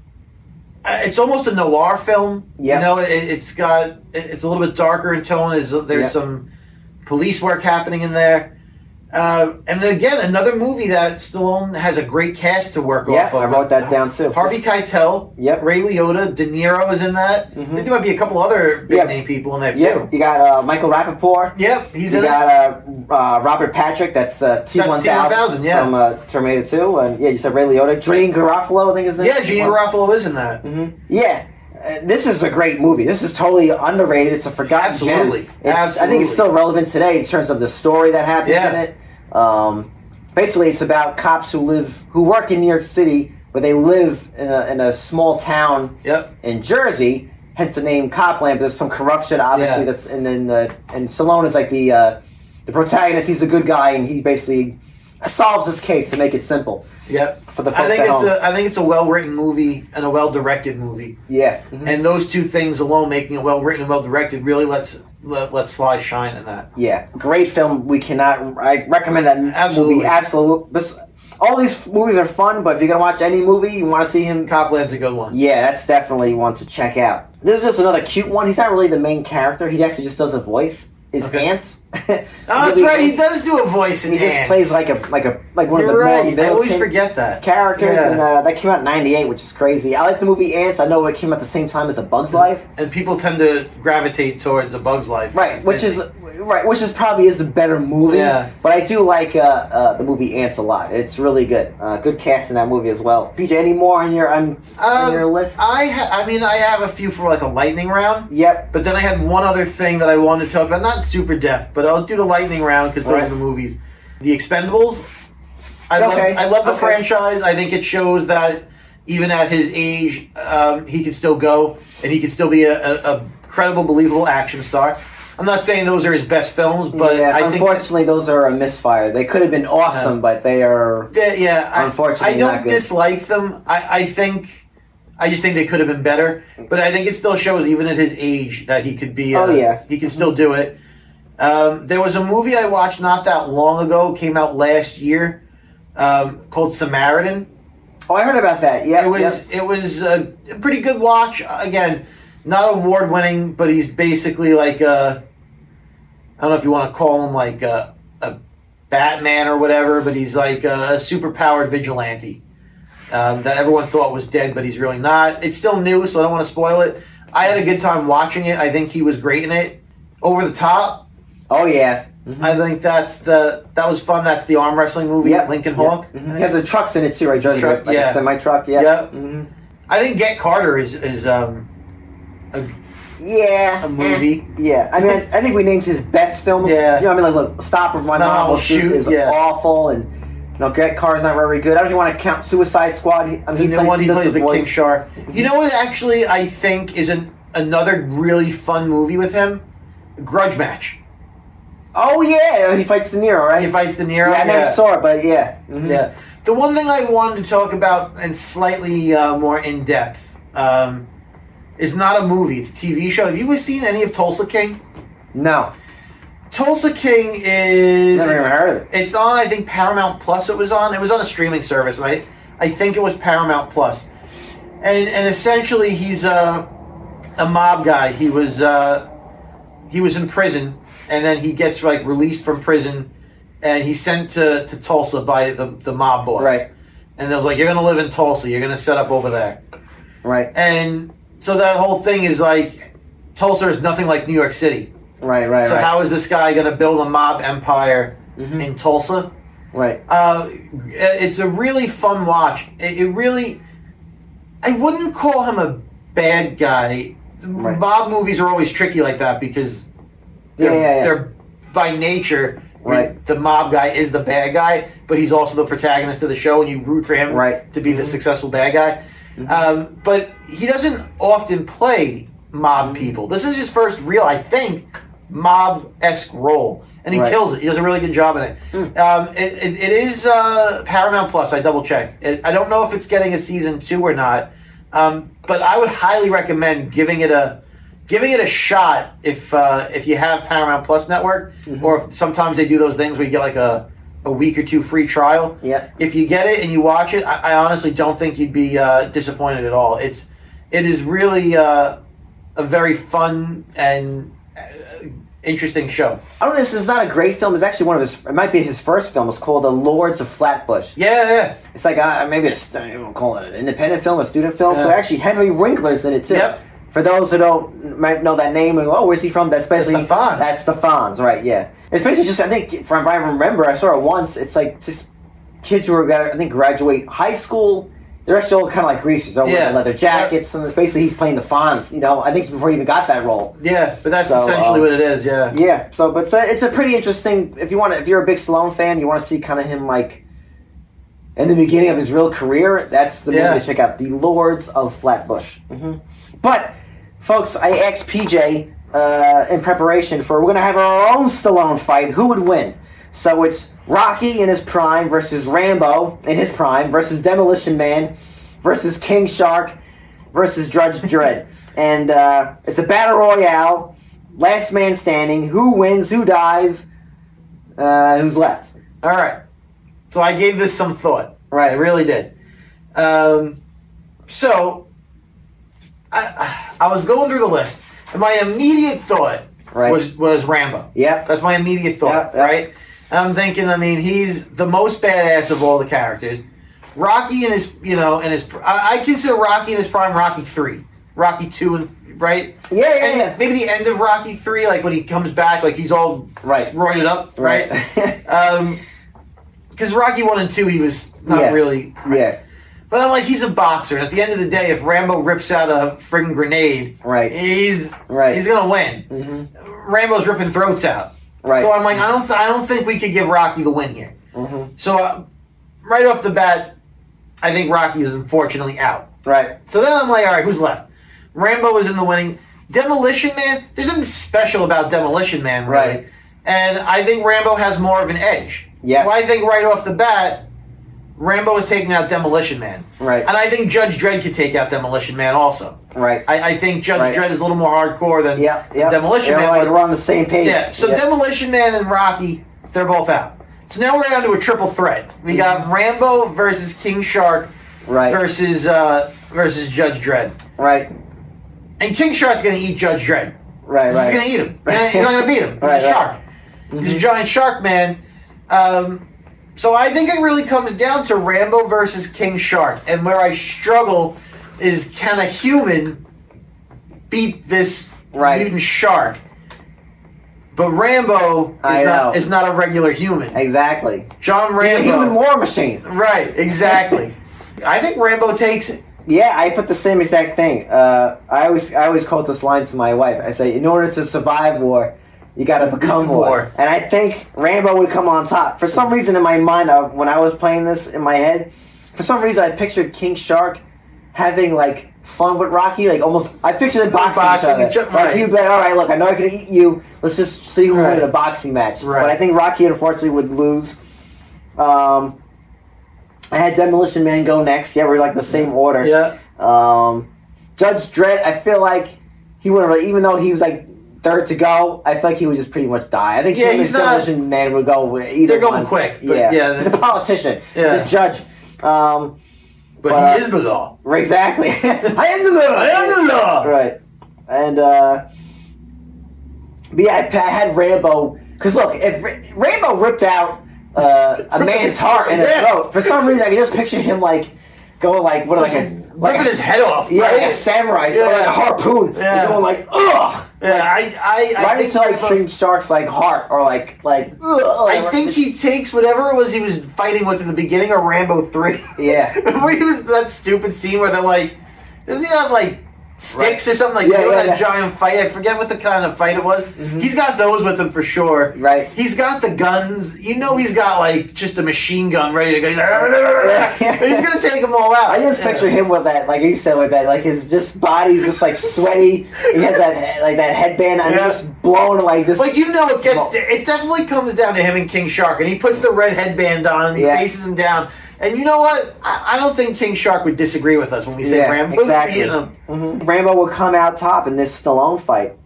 I- it's almost a noir film.
Yeah.
You know, it, it's got it- it's a little bit darker in tone. Is there's
Yeah.
some police work happening in there. Uh, and then again, another movie that Stallone has a great cast to work
Yeah,
off of.
I wrote that down too.
Harvey Keitel,
Yep.
Ray Liotta, De Niro is in that. I think there might be a couple other big
Mm-hmm. Yeah.
name people in there too.
Yep. You got uh, Michael Rappaport.
Yep, he's
You
in
got uh, uh, Robert Patrick. That's uh, T one
T1000,
thousand
yeah.
from uh, Terminator two. And yeah, you said Ray Liotta. Gene Garofalo, I think is
it. Yeah, Gene Garofalo is in that.
Mm-hmm. Yeah. Uh, This is a great movie. This is totally underrated. It's a forgotten gem.
Absolutely.
It's- I think
Absolutely.
it's still relevant today in terms of the story that happens
Yeah.
in it. Um, basically, it's about cops who live, who work in New York City, but they live in a, in a small town
Yep.
in Jersey, hence the name Copland. But there's some corruption, obviously.
Yeah.
That's and then the and Stallone is like the uh, the protagonist. He's the good guy, and he basically solves this case to make it simple
Yep.
for the folks
I think
at
it's
home.
a I think it's a well written movie and a well directed movie.
yeah, Mhm.
And those two things alone, making it well written and well directed, really lets let, lets Sly shine in that.
yeah, great film. We cannot. I recommend that
Absolutely.
movie. Absolutely. All these movies are fun, but if you're gonna watch any movie, you want to see him
Copland's a good one.
Yeah, that's definitely one to check out. This is just another cute one. He's not really the main character. He actually just does a voice. His
Okay.
ants. oh,
Oh, that's right. He does do a voice in
He just
Ants.
plays like a like a like one
You're
of the
right.
Mel
I always
Middleton
forget that.
characters,
Yeah.
and uh, that came out in '98, which is crazy. I like the movie Ants. I know it came out the same time as A Bug's Life,
And people tend to gravitate towards A Bug's Life,
right? Which is right, which is probably is the better movie.
Yeah.
But I do like uh, uh, the movie Ants a lot. It's really good. Uh, good cast in that movie as well. PJ, any more on your on, on
Um,
your list?
I ha- I mean I have a few for like a lightning round,
yep.
but then I had one other thing that I wanted to talk about. Not super depth, but I'll do the lightning round because those
Alright.
are the movies. The Expendables. I
Okay.
love I love the
Okay.
franchise. I think it shows that even at his age, um, he can still go and he can still be a, a, a credible, believable action star. I'm not saying those are his best films, but
yeah,
I think Uh-huh.
unfortunately, those are a misfire. They could have been awesome, but they are.
Yeah, yeah. I,
Unfortunately,
I don't
not good.
dislike them. I, I think, I just think they could have been better. But I think it still shows, even at his age, that he could be. Uh,
Oh, yeah.
he can still do it. Um, there was a movie I watched not that long ago, came out last year, um, called Samaritan.
Oh, I heard about that. Yeah,
It was it was a pretty good watch. Again, not award winning, but he's basically like a I don't know if you want to call him like a, a Batman or whatever, but he's like a super powered vigilante. um, that everyone thought was dead, but he's really not. It's still new, so I don't want to spoil it. I had a good time watching it. I think he was great in it. Over the top.
Oh yeah. Mhm.
I think that's the that was fun. That's the arm wrestling movie,
Yep.
Lincoln Hawk.
Mhm. He has the trucks in it too, right? Jordan?
Truck,
like
yeah.
a semi truck. Yeah.
Yep. Mm-hmm.
Mhm.
I think Get Carter is is um, a,
Yeah.
a
Eh.
movie.
Yeah, I mean, I think we named his best films.
Yeah.
you know, I mean, like, look, Stop with My
No,
Mom Will
Shoot,
Shoot is
yeah.
awful, and you know, Get Car's not very good. I don't even want to count Suicide Squad. He- I mean,
The
he
new
plays,
one, he
does
plays the
voice. Mm-hmm.
King Shark. You know what? Actually, I think is an, another really fun movie with him. Grudge Match.
Oh yeah, he fights De Niro, right?
He fights De Niro. Mm-hmm.
yeah, I never saw it, but yeah, Mhm.
Yeah. The one thing I wanted to talk about and slightly uh, more in depth um, is not a movie; it's a TV show. Have you seen any of Tulsa King?
No,
Tulsa King is
never even heard of it.
It's on, I think, Paramount Plus. It was on. It was on a streaming service, and I, I think it was Paramount Plus. And and essentially, he's a, a mob guy. He was uh, he was in prison, and then he gets like released from prison, and he's sent to, to Tulsa by the, the mob boss.
Right.
And they're like, "You're gonna live in Tulsa. You're gonna set up over there."
Right,
And so that whole thing is like, Tulsa is nothing like New York City.
right, right,
So
right.
how is this guy gonna build a mob empire
Mhm.
in Tulsa?
right.
Uh, it's a really fun watch. It, it really, I wouldn't call him a bad guy.
Right.
Mob movies are always tricky like that because
Yeah,
they're,
yeah, yeah.
they're by nature.
Right.
The mob guy is the bad guy, but he's also the protagonist of the show, and you root for him
Right.
to be the successful bad guy. Um, but he doesn't often play mob people. This is his first real, I think, mob esque role, and he
Right.
kills it. He does a really good job in it. Um, it, it, it is uh, Paramount Plus. I double checked. It, I don't know if it's getting a season two or not, um, but I would highly recommend giving it a giving it a shot if uh, if you have Paramount Plus network, or if sometimes they do those things where you get like a a week or two free trial.
Yeah.
If you get it and you watch it, I, I honestly don't think you'd be uh, disappointed at all. It's it is really uh, a very fun and uh, interesting show.
I don't know. This is not a great film. It's actually one of his. It might be his first film. It's called The Lords of Flatbush.
Yeah, yeah.
It's like uh, maybe it's I don't know, call it an independent film, a student film. So
Yeah.
actually, Henry Winkler's in it too.
Yep.
For those who don't might know that name, and go, oh, where's he from? That's basically
the Fonz.
That's the Fonz, right? Yeah. It's basically just I think from if I remember, I saw it once. It's like just kids who are gra- I think graduate high school. They're actually all kind of like greasers, all
Yeah.
wearing leather jackets, and it's basically he's playing the Fonz. You know, I think before he even got that role.
Yeah, but that's
So,
essentially
um,
what it is. Yeah.
Yeah. So, but it's a, it's a pretty interesting. If you want, to, if you're a big Stallone fan, you want to see kind of him like in the beginning of his real career. That's the
Yeah. Mm-hmm.
movie to check out, The Lords of Flatbush. hmm But, folks, I asked PJ uh, in preparation for we're gonna have our own Stallone fight. Who would win? So it's Rocky in his prime versus Rambo in his prime versus Demolition Man versus King Shark versus Judge Dredd. And uh, it's a battle royale, last man standing. Who wins? Who dies? Uh, who's left?
All right. So I gave this some thought. I
Right.
really did. Um, so I I was going through the list, and my immediate thought
Right.
was was Rambo.
Yep.
That's my immediate thought,
Yep, yep.
right? I'm thinking. I mean, he's the most badass of all the characters. Rocky in his, you know, in his, I, I consider Rocky in his prime. Rocky three, Rocky two, and th- right,
Yeah, yeah,
and
yeah.
maybe the end of Rocky three, like when he comes back, like he's all
Right.
roided up, right?
Right.
Um, because Rocky one and two, he was not
Yeah.
really
yeah.
but I'm like, he's a boxer, and at the end of the day, if Rambo rips out a friggin' grenade,
Right.
he's
Right. Mm-hmm.
he's gonna win. Rambo's ripping throats out,
Right.
So I'm like, I don't, th- I don't think we could give Rocky the win here.
Mhm.
So uh, right off the bat, I think Rocky is unfortunately out.
Right.
So then I'm like, all right, who's left? Rambo is in the winning. Demolition Man, there's nothing special about Demolition Man, really.
Right.
And I think Rambo has more of an edge.
Yeah.
So I think right off the bat, Rambo is taking out Demolition Man.
Right.
And I think Judge Dredd could take out Demolition Man also.
Right.
I, I think Judge
Right.
Dredd is a little more hardcore than
Yeah,
than
yeah.
Demolition
They're
Man.
Like,
but-
we're on the same page.
yeah. So Demolition Man and Rocky, they're both out. So now we're down to a triple threat. We got Rambo versus King Shark
Mm-hmm. right,
versus uh, versus Judge Dredd.
right,
And King Shark's gonna eat Judge Dredd.
right,
He's
right. Mm-hmm.
gonna eat him. He's not gonna beat him. He's
Right,
a
right.
shark. He's a giant shark man. Um, So I think it really comes down to Rambo versus King Shark, and where I struggle is can a human beat this
Right.
mutant shark? But Rambo is
I
not
know.
is not a regular human.
Exactly.
John
He's a
Rambo.
human war machine.
right, exactly. I think Rambo takes it.
Yeah, I put the same exact thing. Uh, I always I always quote this line to my wife. I say, in order to survive war, you gotta become war.
War.
And I think Rambo would come on top. For some reason in my mind, uh, when I was playing this in my head, for some reason I pictured King Shark having like fun with Rocky, like almost. I pictured them boxing,
Boxing
each other.
each other,
Like
right.
he'd be like, "All right, look, I know I could eat you. Let's just see who wins
Right.
a boxing match."
Right.
But I think Rocky unfortunately would lose. Um, I had Demolition Man go next. Yeah, we're like the same order.
Yeah.
Um, Judge Dredd, I feel like he wouldn't really, even though he was like third to go, I feel like he would just pretty much die. I think
Yeah,
him and
he's not-
Demolition Man would go with either.
They're going
one.
quick, but
Yeah.
yeah,
he's a politician. He's
Yeah.
a judge. Um,
But
But,
he
uh,
is the law.
right, exactly. I am the law.
I am the law.
Right. And uh, but yeah, I, I had Rambo because look, if Ra- Rambo ripped out uh, a man's heart and his
Yeah.
throat, for some reason I can just picture him like going like what like a like
Ripping
a-
his head off.
yeah,
right?
like a samurai, so
Yeah.
like a harpoon,
Yeah.
and going like, ugh,
Yeah, I, I, I
right
think
into like
Rambo-
King Shark's like heart or like like. Ugh,
I think he takes whatever it was he was fighting with in the beginning of Rambo Three.
Yeah.
Remember he was that stupid scene where they're like, doesn't he have like sticks or something like
Yeah,
they were
yeah,
in that
yeah. Mm-hmm.
giant fight? I forget what the kind of fight it was. He's got those with him for sure.
Right.
He's got the guns. You know he's got like just a machine gun ready to go. He's,
yeah.
like, he's gonna take them all out.
I just picture him with that, like you said, with that, like his just body's just like sweaty. he has that he- like that headband, and he's
Yeah.
just blown like this.
Like you know, it
Well-
gets it definitely comes down to him and King Shark, and he puts the red headband on and he
Yeah.
faces him down. And you know what? I, I don't think King Shark would disagree with us when we say
Yeah,
Rambo's
exactly.
beating him.
Mhm. Rambo will come out top in this Stallone fight.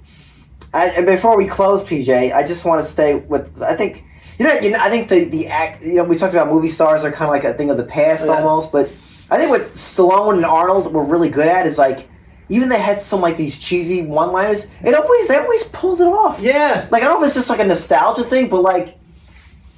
I, and before we close, PJ, I just want to stay with. I think you know. You know I think the the act. You know, we talked about movie stars are kind of like a thing of the past
Oh, Yeah.
almost. But I think what Stallone and Arnold were really good at is like, even they had some like these cheesy one liners. It always they always pulled it off.
Yeah,
Like I don't know if it's just like a nostalgia thing, but like.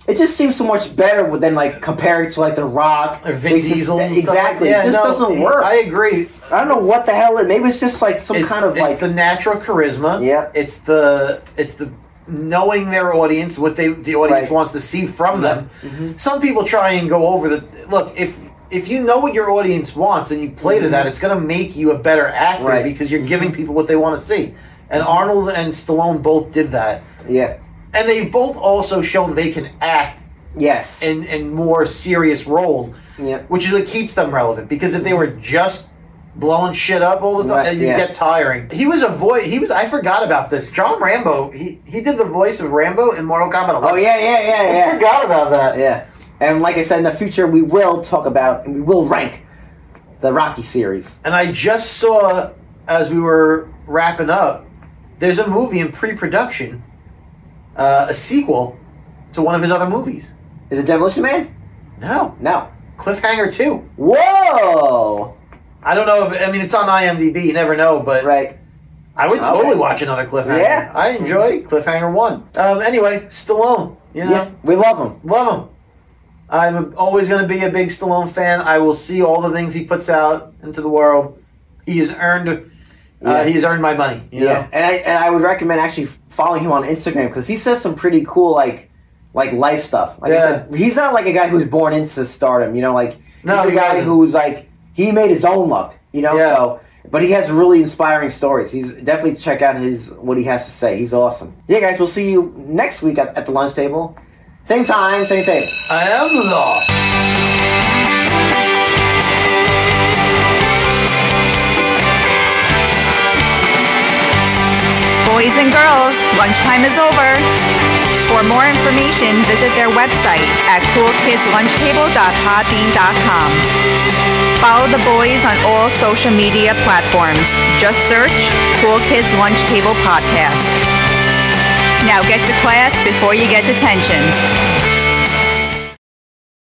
It just seems so much better than like comparing to like The Rock
or Vin
Jason
Diesel.
Sta-
and stuff like
exactly,
that.
it just
No,
doesn't work.
I agree.
I don't know what the hell it. Maybe it's just like some
it's,
kind of
it's
like
the natural charisma.
Yeah.
it's the it's the knowing their audience, what they the audience
Right. Mm-hmm.
wants to see from them. Some people try and go over the look if. If you know what your audience wants and you play to that, it's going to make you a better actor
Mm-hmm. Right. Mm-hmm.
because you're giving people what they want to see. And Arnold and Stallone both did that,
yeah,
and they've both also shown they can act
yes,
in in more serious roles,
Yeah.
which is what keeps them relevant. Because if they were just blowing shit up all the time,
Right,
it'd
yeah.
get tiring. He was a voice. He was. I forgot about this. John Rambo. He he did the voice of Rambo in Mortal Kombat. 11.
oh yeah, yeah, yeah,
I
yeah,
forgot about that.
yeah. And like I said, in the future we will talk about and we will rank the Rocky series.
And I just saw as we were wrapping up, there's a movie in pre-production, uh, a sequel to one of his other movies.
Is it Demolition Man?
No,
No.
Cliffhanger Two.
Whoa!
I don't know. if I mean, it's on IMDb. You never know, but
Right.
I would
Okay.
totally watch another cliffhanger.
Yeah.
I enjoy Cliffhanger One. Um, anyway, Stallone, you know,
Yeah, we love him.
love him. I'm always going to be a big Stallone fan. I will see all the things he puts out into the world. He has earned, uh,
Yeah.
he's earned my money. You
Yeah, and I and I would recommend actually following him on Instagram because he says some pretty cool like like life stuff. Like I
Yeah.
said, he's not like a guy who's born into stardom. You know, like
No,
he's a
he
guy
wasn't.
who's like he made his own luck. You know,
Yeah.
so but he has really inspiring stories. He's definitely check out his what he has to say. He's awesome. Yeah, guys, we'll see you next week at, at the lunch table, same time, same table.
know? I am the law.
Boys and girls, lunchtime is over. For more information, visit their website at coolkidslunchtable.podbean.com. Follow the boys on all social media platforms. Just search Cool Kids Lunch Table Podcast. Now get to class before you get detention.